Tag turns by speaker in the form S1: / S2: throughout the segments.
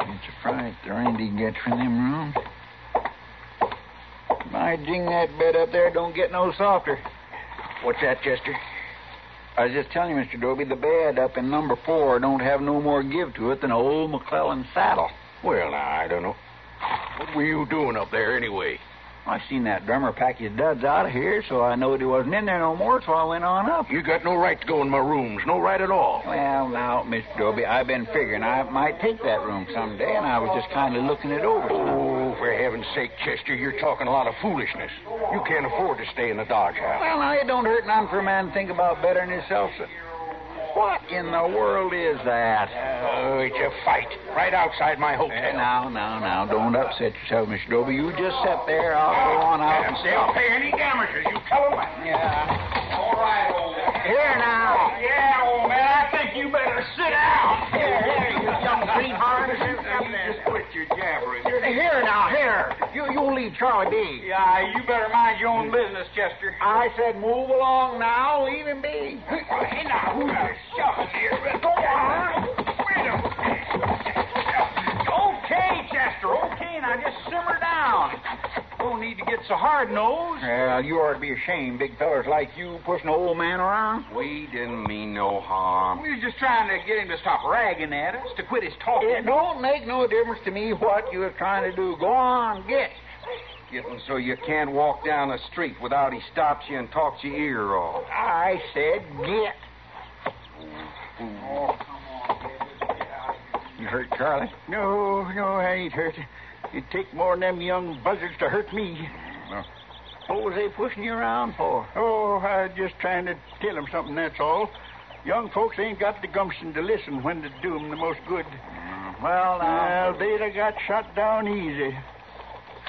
S1: It's a fright the Randy gets from them rooms. My ding, that bed up there don't get no softer. What's that, Chester? I was just telling you, Mr. Dobie, the bed up in number four don't have no more give to it than a old McClellan saddle.
S2: Well, now, I don't know. What were you doing up there anyway?
S1: I seen that drummer pack his duds out of here, so I knowed he wasn't in there no more, so I went on up.
S2: You got no right to go in my rooms. No right at all.
S1: Well, now, Mr. Dobie, I've been figuring I might take that room someday, and I was just kind of looking it over.
S2: Oh, for heaven's sake, Chester, you're talking a lot of foolishness. You can't afford to stay in the dog house.
S1: Well, now, it don't hurt none for a man to think about better than himself. sir. What in the world is that?
S2: Oh, it's a fight right outside my hotel.
S1: Eh, Now, now, now, don't upset yourself, Mr. Doby. You just sit there. I'll go on out
S2: And
S1: and stop.
S2: they'll pay any damages. You tell them that.
S1: Yeah.
S2: All right, old man.
S1: Here now.
S2: Yeah, old man, I think you better sit down.
S1: Here, here, you young sweetheart.
S2: Just quit your jabbering.
S1: Here now, here. You, you leave Charlie B.
S2: Yeah, you better mind your own business, Chester.
S1: I said move along now. Leave him be.
S2: Hey, now, who's the shove here? Go on. Wait a minute. Okay, Chester, okay. Now just simmer down. Don't need to get so hard nosed.
S1: Well, you ought to be ashamed, big fellers like you pushing an old man around.
S2: We didn't mean no harm. We was just trying to get him to stop ragging at us, to quit his talking.
S1: It don't make no difference to me what you're trying to do. Go on, get.
S2: Getting so you can't walk down the street without he stops you and talks your ear off.
S1: I said get. Oh, You hurt Charlie? No, no, I ain't hurt. It'd take more than them young buzzards to hurt me. What was they pushing you around for?
S3: Oh, I was just trying to tell 'em something, that's all. Young folks ain't got the gumption to listen when to do 'em the most good.
S1: Well, now,
S3: Well, they'd have got shot down easy.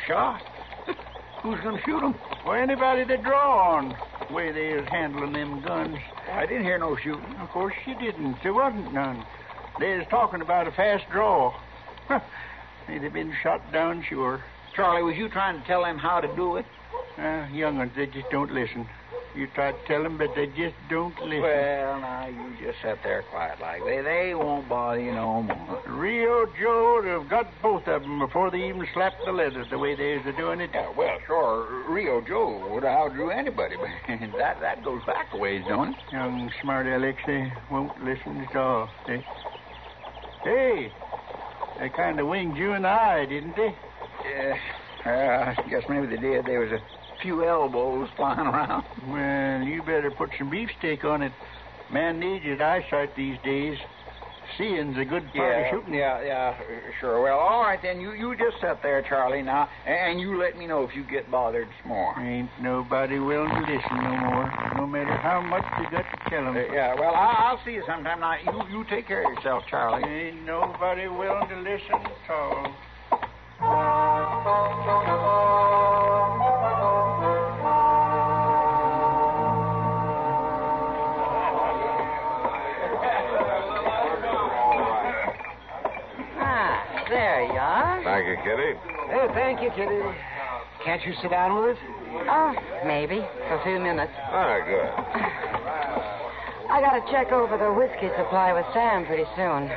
S1: shot. Who's going to shoot them?
S3: Or anybody to draw on, the way they is handling them guns.
S1: I didn't hear no shooting.
S3: Of course you didn't. There wasn't none. They was talking about a fast draw. They'd have been shot down sure.
S1: Charlie, was you trying to tell them how to do it?
S3: Uh, young uns, they just don't listen. You try to tell 'em, but they just don't listen.
S1: Well, now, you just sit there quiet like they. They won't bother you no more.
S3: Rio Joe would have got both of 'em before they even slapped the leather the way they is a doing it.
S1: Yeah, well, sure. Rio Joe would have outdrew anybody, but that, that goes back a ways, don't it?
S3: Young smart Alex, they won't listen at all. They, hey, they kind of winged you and I, didn't they?
S1: Yeah. Uh, I guess maybe they did. There was a few elbows flying around.
S3: Well, you better put some beefsteak on it. Man needs his eyesight these days. Seeing's a good part of shooting.
S1: yeah, yeah, sure. Well, all right then. You you just sit there, Charlie, now, and you let me know if you get bothered some more.
S3: Ain't nobody willing to listen no more, no matter how much you got to tell 'em.
S1: Uh, yeah, well, I, I'll see you sometime. Now, you you take care of yourself, Charlie.
S3: Ain't nobody willing to listen at all.
S4: Ah, there you are.
S5: Thank you, Kitty.
S4: Hey,
S6: Oh,
S4: thank you, Kitty. Can't you sit down
S7: Ah,
S4: with us? Oh, maybe. For a few minutes.
S5: Ah, good.
S4: I
S6: I got to check over the whiskey supply with Sam pretty soon.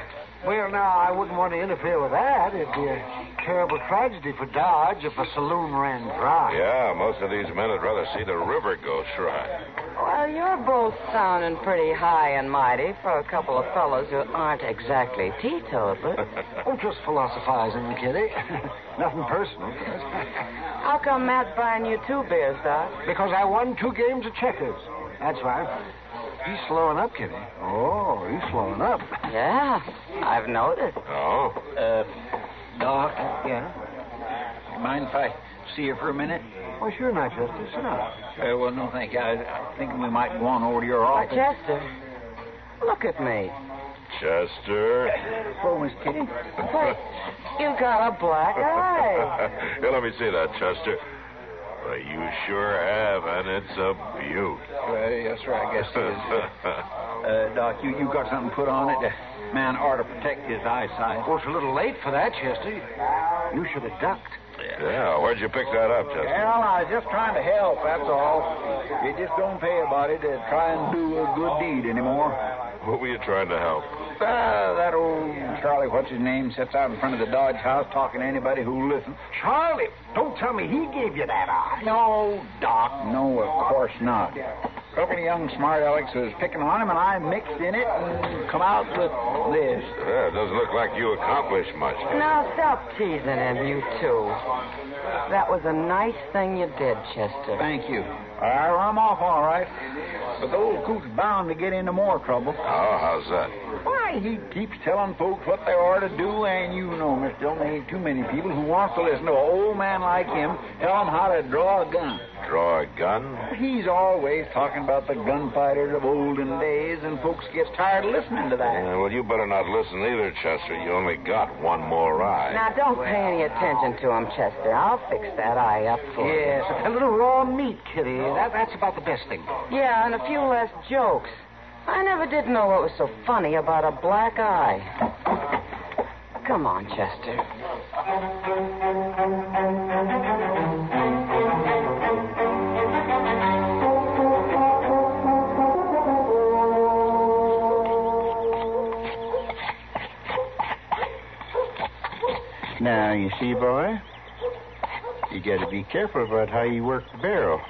S8: Well, now, I wouldn't want to interfere with that. It'd be a terrible tragedy for Dodge if a saloon ran dry.
S7: Yeah, most of these men would rather see the river go dry.
S6: Well, you're both sounding pretty high and mighty for a couple of fellows who aren't exactly teetotalers.
S8: Oh, just philosophizing, Kitty. Nothing personal.
S6: How come Matt's buying you two beers, Doc?
S8: Because I won two games of checkers. That's why. He's slowing up, Kitty. Oh, he's slowing up.
S6: Yeah, I've noticed.
S7: Oh?
S1: Uh, Doc,
S8: Yeah?
S1: mind if I see you for a minute?
S8: Well, sure not, Chester. Sit down.
S1: Uh, well, no, thank you. I, I think we might go on over to your
S6: Why,
S1: office.
S6: Oh, Chester, look at me.
S7: Chester?
S1: Oh, Miss Kitty.
S6: Wait, you got a black eye.
S7: Here, let me see that, Chester. Well, you sure have, and it's a beaut.
S1: Well, yes, sir, I guess it is. Uh, Doc, you, you got something put on it? A man ought to protect his eyesight.
S8: Well, it's a little late for that, Chester. You should have ducked.
S7: yeah, where'd you pick that up, Chester?
S1: Well, I was just trying to help, that's all. It just don't pay a body to try and do a good deed anymore.
S7: What were you trying to help?
S1: Ah, that old Charlie, what's his name, sits out in front of the Dodge house talking to anybody who'll listen.
S8: Charlie, don't tell me he gave you that eye.
S1: No, Doc. No, of course not. A couple of young smart Alex was picking on him, and I mixed in it and come out with this.
S7: Yeah, it doesn't look like you accomplished much.
S6: Now stop teasing him, you two. That was a nice thing you did, Chester.
S1: Thank you. I I'm off all right. But those coot's bound to get into more trouble.
S7: Oh, how's that?
S1: Why, he keeps telling folks what they are to do, and you know, Miss Dillon, ain't too many people who wants to listen to an old man like him tell 'em how to draw a gun.
S7: Draw a gun?
S1: He's always talking about the gunfighters of olden days, and folks gets tired of listening to that.
S7: Yeah, well, you better not listen either, Chester. You only got one more eye.
S6: Now don't pay any attention to him, Chester. I'll fix that eye up for you.
S8: Yes, a little raw meat, Kitty. That, that's about the best thing.
S6: Yeah, and a few less jokes. I never did know what was so funny about a black eye. Come on, Chester.
S3: Now, you see, boy, you gotta be careful about how you work the barrel.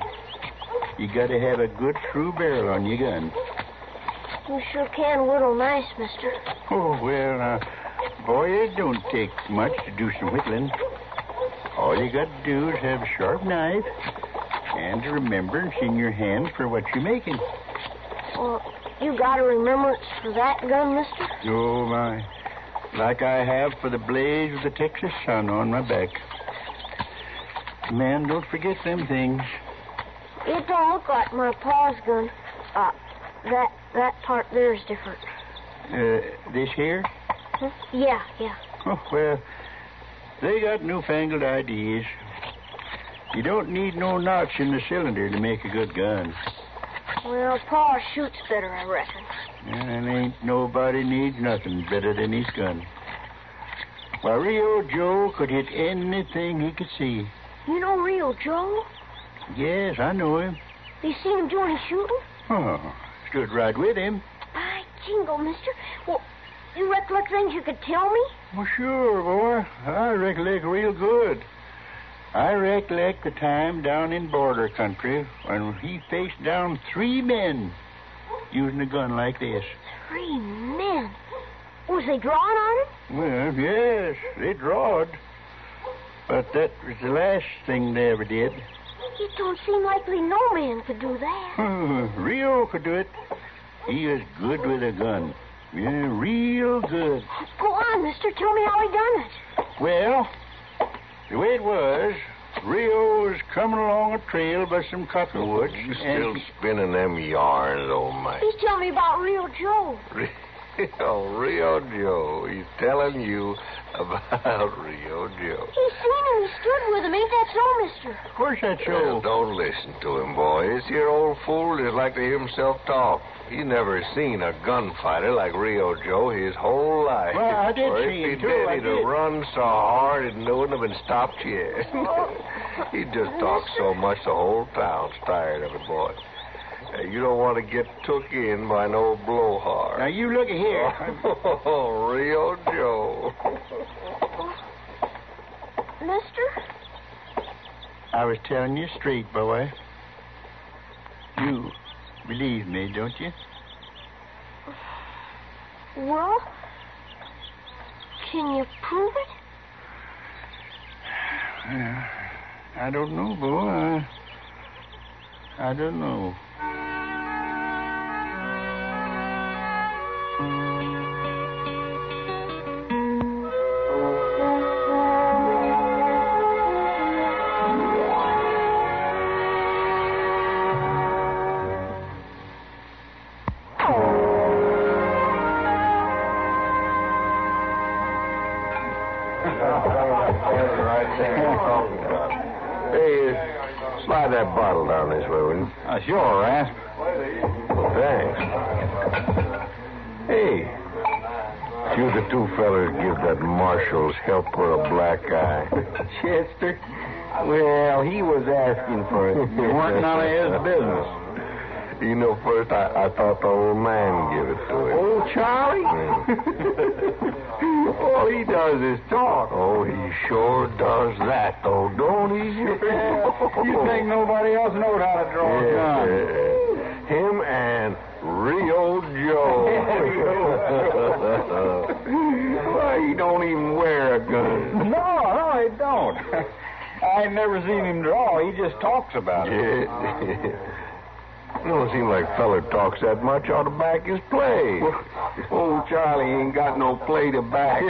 S3: You gotta have a good, true barrel on your gun.
S9: You sure can whittle nice, mister.
S3: Oh, well, now, boy, it don't take much to do some whittling. All you got to do is have a sharp knife and a remembrance in your hand for what you're making.
S9: Well, you got a remembrance for that gun, mister?
S3: Oh, my. Like I have for the blaze of the Texas sun on my back. Man, don't forget them things.
S9: It don't look like my pa's gun. Uh, that that part there is different.
S3: Uh, this here?
S9: Hmm? Yeah, yeah.
S3: Oh, well, they got newfangled ideas. You don't need no notch in the cylinder to make a good gun.
S9: Well, pa shoots better, I reckon.
S3: And ain't nobody needs nothing better than his gun. Why, Rio Joe could hit anything he could see.
S9: You know real Joe?
S3: Yes, I know him.
S9: You seen him doing his shooting?
S3: Oh, stood right with him.
S9: By jingo, mister. Well, you recollect things you could tell me?
S3: Well, sure, boy. I recollect real good. I recollect the time down in border country when he faced down three men using a gun like this.
S9: Three men. Was they drawing on him?
S3: Well, yes, they drawed. But that was the last thing they ever did.
S9: It don't seem likely no man could do that.
S3: Rio could do it. He is good with a gun. Yeah, real good.
S9: Go on, mister. Tell me how he done it.
S3: Well, the way it was, Rio was coming along a trail by some cottonwoods.
S7: You still
S3: and-
S7: spinning them yarns, old man.
S9: He's telling me about real Joe.
S7: Rio, Rio Joe. He's telling you about Rio Joe.
S9: He's seen him. He stood with him. Ain't that so, mister?
S3: Of course that's
S7: Well,
S3: so.
S7: don't listen to him, boy. This here old fool is like to hear himself talk. He never seen a gunfighter like Rio Joe his whole life.
S3: Well, I did
S7: Or if
S3: see
S7: he
S3: him, too.
S7: did,
S3: I
S7: he'd
S3: did.
S7: have run so hard it wouldn't have been stopped yet. he just talks so much the whole town's tired of it, boy. Uh, you don't want to get took in by no blowhard.
S1: Now, you look here.
S7: Oh, Rio Joe.
S9: Mister?
S1: I was telling you straight, boy. You believe me, don't you?
S9: Well, can you prove it?
S1: Yeah. I don't know, boy. I, I don't know.
S7: right Hey, uh, slide that bottle down this way, will you?
S1: Uh, sure, Rask.
S7: Well, thanks. Hey, if you the two fellas give that marshal's helper a black eye.
S10: Chester?
S7: Well, he was asking for it.
S1: It weren't none of his business.
S7: You know, first I, I thought the old man gave it to him.
S10: Old Charlie?
S7: Yeah.
S1: Oh,
S7: All Oh, he does is talk. Oh, he sure does that, though, don't he?
S1: You think nobody else knows how to draw a
S7: Yeah,
S1: gun?
S7: yeah. Him and Rio Joe. Why, he don't even wear a gun.
S1: No, no, he don't. I ain't never seen him draw. He just talks about it.
S7: Yeah. Don't seem like feller talks that much ought to back his play. Old Charlie ain't got no play to back.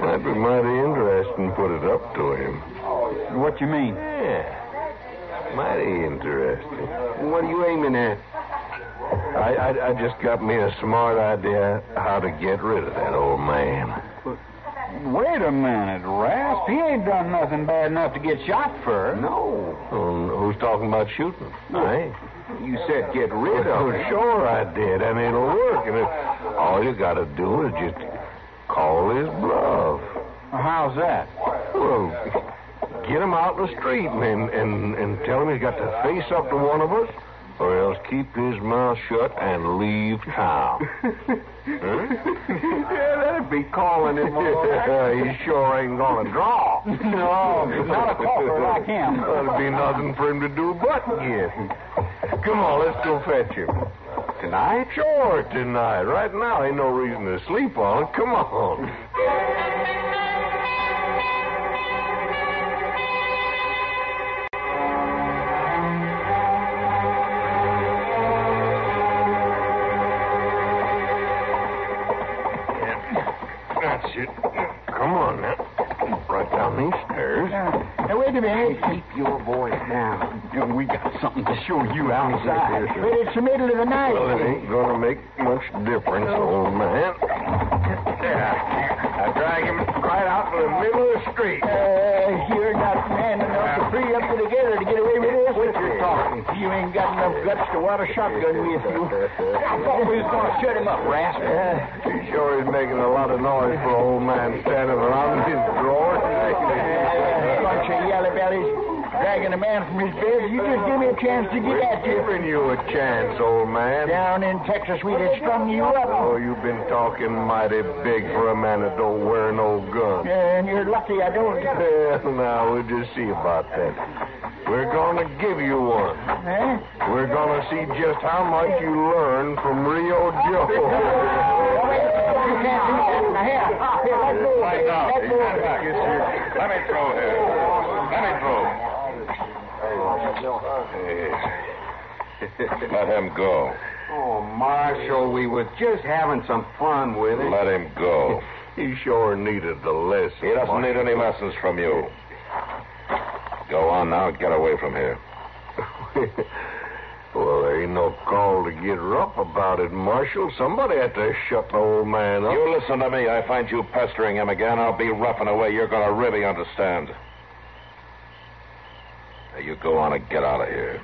S7: Might be mighty interesting put it up to him.
S1: What you mean?
S7: Yeah. Mighty interesting. What are you aiming at? I, I, I just got me a smart idea how to get rid of that old man.
S1: Wait a minute, Rasp. He ain't done nothing bad enough to get shot for.
S7: No. who's talking about shooting? I ain't.
S10: You said get rid
S7: Oh,
S10: of it.
S7: sure I did, and it'll work. And it, all you got to do is just call his bluff.
S1: How's that?
S7: Well, get him out in the street and, and, and tell him he's got to face up to one of us, or else keep his mouth shut and leave town.
S1: Hmm?
S7: yeah, that'd be calling him. he sure ain't going to draw.
S1: No, not a corker like him.
S7: That'd be nothing for him to do but get. Come on, let's go fetch him. Tonight? Sure, tonight. Right now, ain't no reason to sleep on it. Come on. That's it. Come on now. Right down these stairs.
S1: Now, wait a minute.
S10: Keep your voice down.
S1: We got something to show you outside.
S7: Yes, sir.
S1: But Uh, it's the middle of the night.
S7: Well, it ain't gonna make much difference, old man. Yeah. I drag him right out in the middle of the street.
S1: Uh, you're not man enough to free up to together to get away with this. What you talking? You ain't got enough guts to wad a shotgun with you. Uh, I thought we was going to shut him up, rascal.
S7: He sure is making a lot of noise for an old man standing around in his drawer.
S1: Uh, bunch of yellow bellies dragging a man from his bed. You just give me a chance to get
S7: We're
S1: at you.
S7: giving you a chance, old man.
S1: Down in Texas, we'd have strung you up.
S7: Oh, you've been talking mighty big for a man that don't wear no gun.
S1: And you're lucky I don't.
S7: Well, now, we'll just see about that. We're gonna give you one. Eh?
S1: Huh?
S7: We're gonna see just how much you learn from Rio Joe.
S3: Oh,
S6: Let me through here. Let me through. Let him go.
S7: Oh, Marshal, we were just having some fun with it.
S6: Let him go.
S7: He sure needed the lesson.
S6: He doesn't need any lessons from you. Go on now. Get away from here.
S7: well, there ain't no call to get rough about it, Marshal. Somebody had to shut the old man up.
S6: You listen to me. I find you pestering him again. I'll be roughing away. You're going to really understand. Now, you go on and get out of here.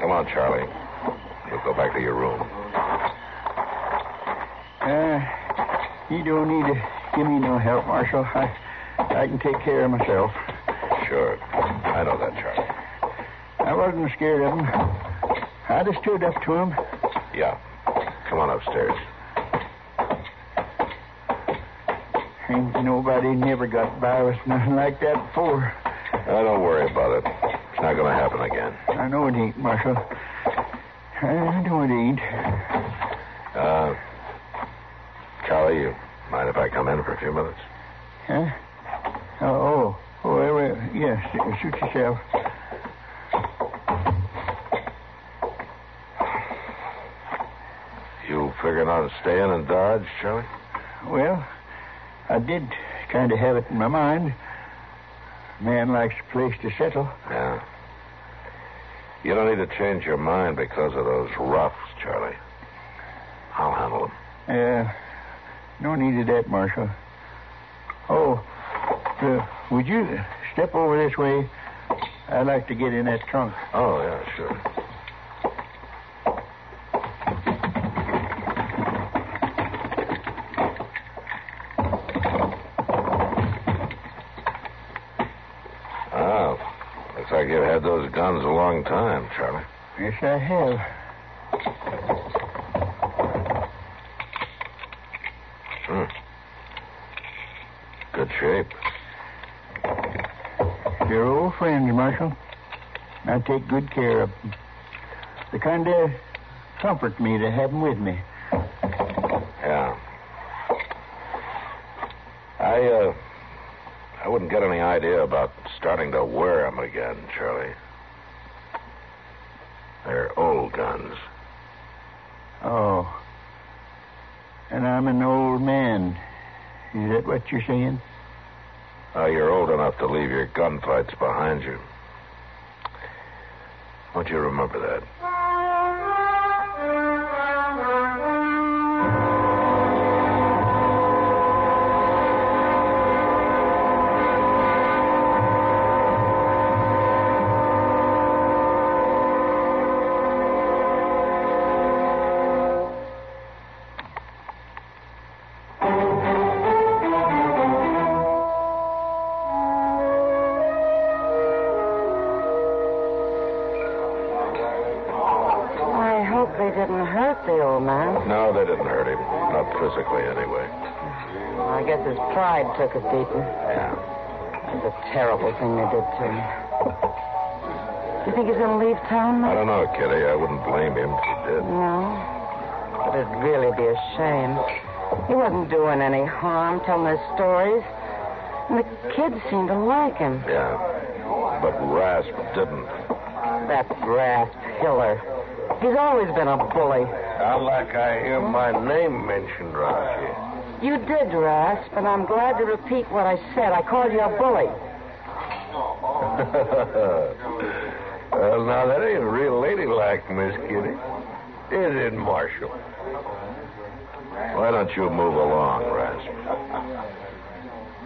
S6: Come on, Charlie. You'll go back to your room.
S1: Uh,
S3: Eh, You don't need to give me no help, Marshal. I, I can take care of myself.
S7: Sure. I know that, Charlie.
S3: I wasn't scared of him. I just stood up to him.
S7: Yeah. Come on upstairs.
S3: Ain't nobody never got by with nothing like that before.
S7: Uh, don't worry about it. It's not going to happen again.
S3: I know it ain't, Marshal. I know it ain't.
S7: Uh, Charlie, you mind if I come in for a few minutes?
S3: Huh? eh? Oh, oh, oh, well, well, yes, shoot yourself.
S7: You figuring on staying in Dodge, Charlie?
S3: Well, I did kind of have it in my mind. Man likes a place to settle.
S7: Yeah. You don't need to change your mind because of those roughs, Charlie. I'll handle them.
S3: Uh, no need of that, Marshal. Oh, uh, would you step over this way? I'd like to get in that trunk.
S7: Oh, yeah, sure. Oh, looks like you've had those guns a long time, Charlie.
S3: Yes, I have.
S7: Hmm. Good shape.
S3: They're old friends, Marshal. I take good care of them. They kind of comfort me to have them with me.
S7: Yeah. I, uh, I wouldn't get any idea about starting to wear 'em again, Charlie. They're old guns.
S3: Oh. And I'm an old man. Is that what you're saying?
S7: Now Uh, you're old enough to leave your gunfights behind you. Won't you remember that?
S6: I hope they didn't hurt the old man.
S7: No, they didn't hurt him. Not physically, anyway.
S6: I guess his pride took a beating.
S7: Yeah.
S6: It's a terrible thing they did to him. You think he's going to leave town,
S7: I
S6: Mike?
S7: don't know, Kitty. I wouldn't blame him if he did.
S6: No. But it'd really be a shame. He wasn't doing any harm telling his stories. And the kids seemed to like him.
S7: Yeah. But Rasp didn't.
S6: That brass killer. He's always been a bully.
S11: I like I hear my name mentioned around here.
S6: You did, Rasp, and I'm glad to repeat what I said. I called you a bully.
S11: well, now that ain't real ladylike, Miss Kitty. Is it, Marshal?
S7: Why don't you move along, Rasp?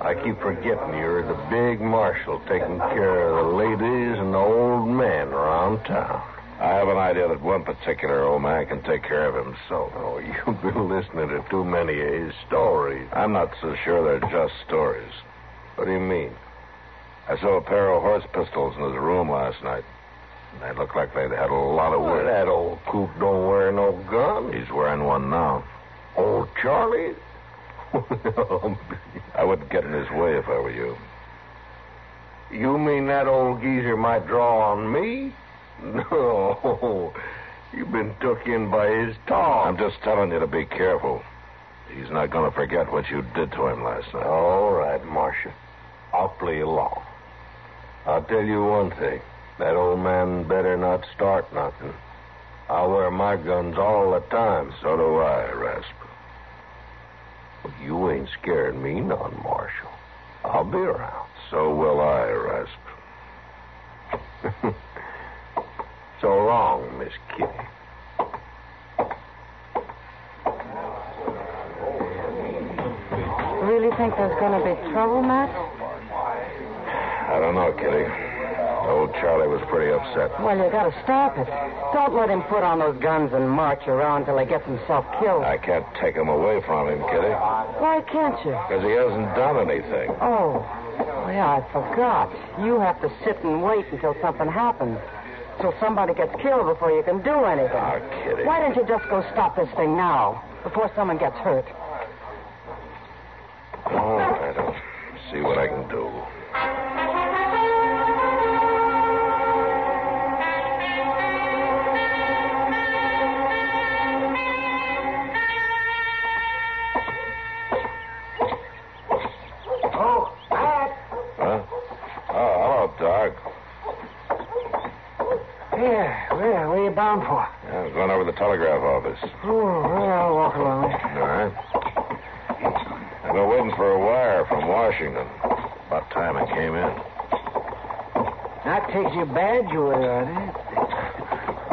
S11: I keep forgetting you're the big marshal taking care of the ladies and the old men around town.
S7: I have an idea that one particular old man can take care of himself.
S11: Oh, you've been listening to too many of his stories.
S7: I'm not so sure they're just stories.
S11: What do you mean?
S7: I saw a pair of horse pistols in his room last night. And They looked like they'd had a lot of
S11: Well,
S7: work.
S11: that old coot don't wear no gun.
S7: He's wearing one now.
S11: Old Charlie?
S7: I wouldn't get in his way if I were you.
S11: you mean that old geezer might draw on me? No. You've been took in by his
S7: I'm
S11: talk.
S7: just telling you to be careful. He's not going to forget what you did to him last night.
S11: All right, Marshal. I'll play along. I'll tell you one thing. That old man better not start nothing. I wear my guns all the time.
S7: So do I, Rasp.
S11: You ain't scaring me none, Marshal. I'll be around.
S7: So will I, Rasp.
S11: So long, Miss Kitty.
S6: Really think there's going to be trouble, Matt?
S7: I don't know, Kitty. Old old Charlie was pretty upset.
S12: Well, you gotta stop it. Don't let him put on those guns and march around till he gets himself killed.
S7: I can't take him away from him, Kitty,
S12: Why can't you?
S7: because he hasn't done anything.
S12: Oh, well, yeah, I forgot. You have to sit and wait until something happens. Till somebody gets killed before you can do anything.
S7: Ah, Kitty.
S12: Why don't you just go stop this thing now, before someone gets hurt?
S7: All right, I'll Oh, see what I can do.
S6: Oh, Matt.
S7: Huh? Oh, hello, Doc.
S6: Yeah, where, where you bound for?
S7: Yeah, I was going over to the telegraph office.
S6: Oh, well, I'll walk along.
S7: All right. I've been waiting for a wire from Washington. About time it came in.
S6: That takes your badge away, on it.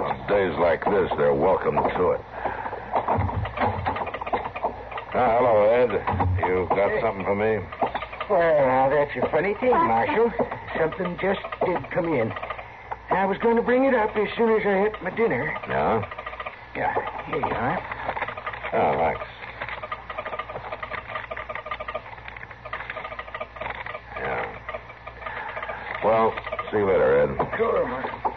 S7: On days like this, they're welcome to it. Ah, hello, Ed. You got something for me?
S6: Well, now, that's a funny thing, Marshal. Something just did come in. I was going to bring it up as soon as I had my dinner.
S7: No?
S6: Yeah, here you are.
S7: Oh, thanks. Yeah. Well, see you later, Ed.
S6: Sure, Marshal.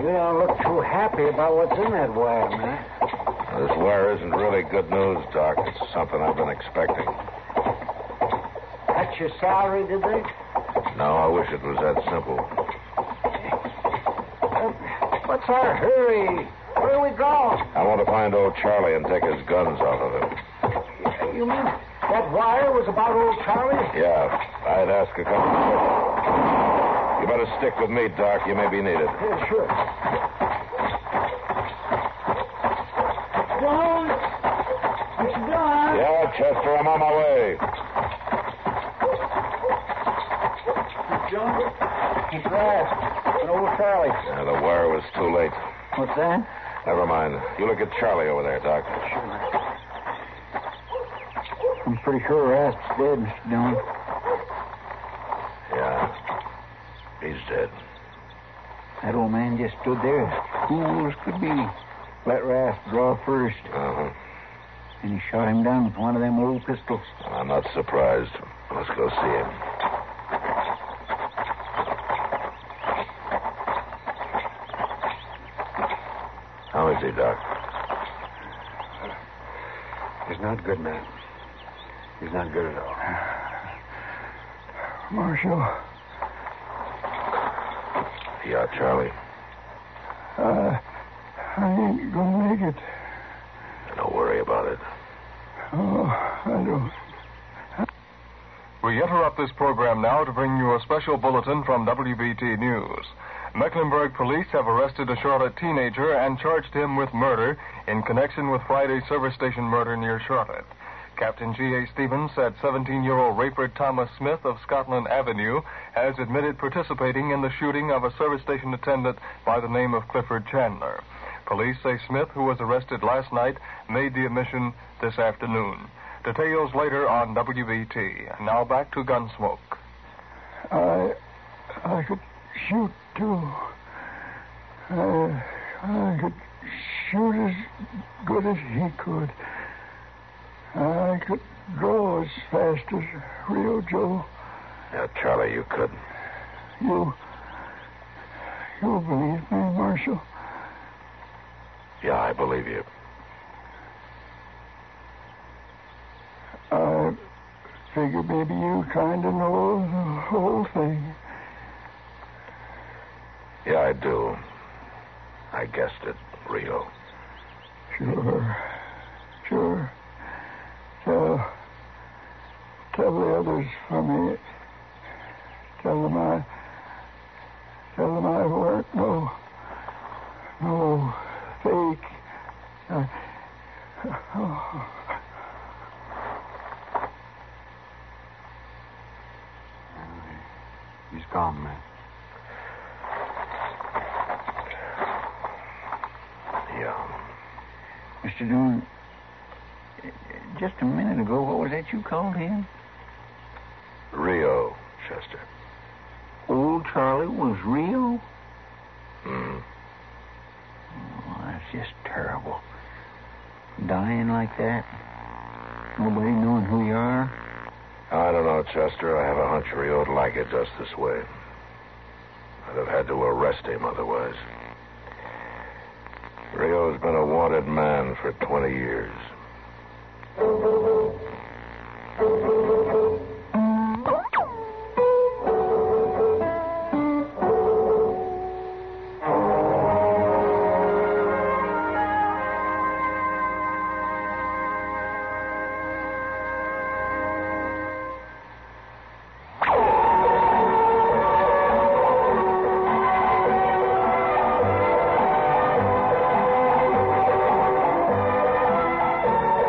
S6: You don't look too happy about what's in that wire, man.
S7: This wire isn't really good news, Doc. It's something I've been expecting.
S6: Cut your salary, did they?
S7: No, I wish it was that simple.
S6: What's our hurry? Where are we going?
S7: I want to find old Charlie and take his guns out of him.
S6: You mean that wire was about old Charlie?
S7: Yeah, I'd ask a couple of questions. You better stick with me, Doc. You may be needed.
S6: Yeah, sure.
S7: Yeah, Chester, I'm on my way.
S6: He's there. An old Charlie.
S7: Yeah, the wire was too late.
S6: What's that?
S7: Never mind. You look at Charlie over there, Doc.
S3: I'm pretty sure Rasp's dead, Mr. Dillon.
S7: Yeah. He's dead.
S3: That old man just stood there as cool as could be. Let Rasp draw first,
S7: Uh-huh.
S3: and he shot him down with one of them old pistols.
S7: I'm not surprised. Let's go see him. How is he, Doc?
S6: He's not good, man. He's not good at all.
S3: Marshal,
S7: Yeah, Charlie.
S3: uh, I ain't gonna make it.
S7: Don't worry about it.
S3: Oh, I don't.
S13: We interrupt this program now to bring you a special bulletin from WBT News. Mecklenburg police have arrested a Charlotte teenager and charged him with murder in connection with Friday's service station murder near Charlotte. Captain G.A. Stevens said 17 year old Rayford Thomas Smith of Scotland Avenue has admitted participating in the shooting of a service station attendant by the name of Clifford Chandler. Police say Smith, who was arrested last night, made the admission this afternoon. Details later on WBT. Now back to Gunsmoke.
S3: I, I could shoot too. I, I could shoot as good as he could. I could draw as fast as Rio Joe.
S7: Yeah, Charlie, you could.
S3: You, you believe me, Marshal?
S7: Yeah, I believe you.
S3: I figure maybe you kind of know the whole thing.
S7: Yeah, I do. I guessed it, Rio.
S3: Sure. Sure. Tell. Tell the others for me. Tell them I. Tell them I weren't no. No fake. I,
S6: He's gone, man.
S7: Yeah.
S3: Mr. Dillon, just a minute ago, what was that you called him?
S14: Rio, Chester.
S3: Old Charlie was real?
S14: Hmm.
S3: Oh, that's just terrible. Dying like that. Nobody knowing who you are.
S14: I don't know, Chester. I have a hunch Rio would like it just this way. I'd have had to arrest him otherwise. Rio's been a wanted man for 20 years.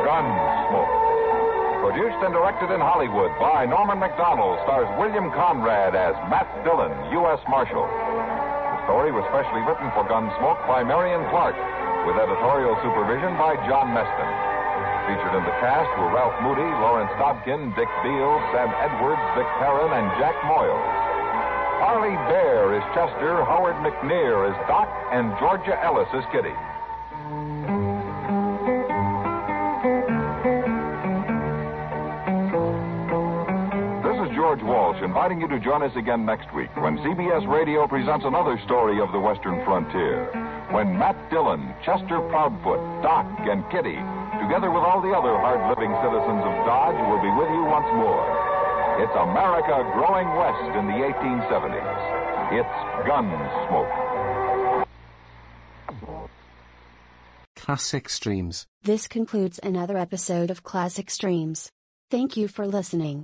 S7: Gunsmoke. Produced and directed in Hollywood by Norman McDonald, stars William Conrad as Matt Dillon, U.S. Marshal. The story was specially written for Gunsmoke by Marion Clark, with editorial supervision by John Meston. Featured in the cast were Ralph Moody, Lawrence Dobkin, Dick Beals, Sam Edwards, Vic Perrin, and Jack Moyles. Harley Bear is Chester, Howard McNear is Doc, and Georgia Ellis is Kitty. This is George Walsh inviting you to join us again next week when CBS Radio presents another story of the Western frontier. When Matt Dillon, Chester Proudfoot, Doc, and Kitty, together with all the other hard living citizens of Dodge, will be with you once more. It's America growing west in the 1870s. It's Gunsmoke.
S15: Classic Streams.
S13: This concludes another episode of Classic Streams. Thank you for listening.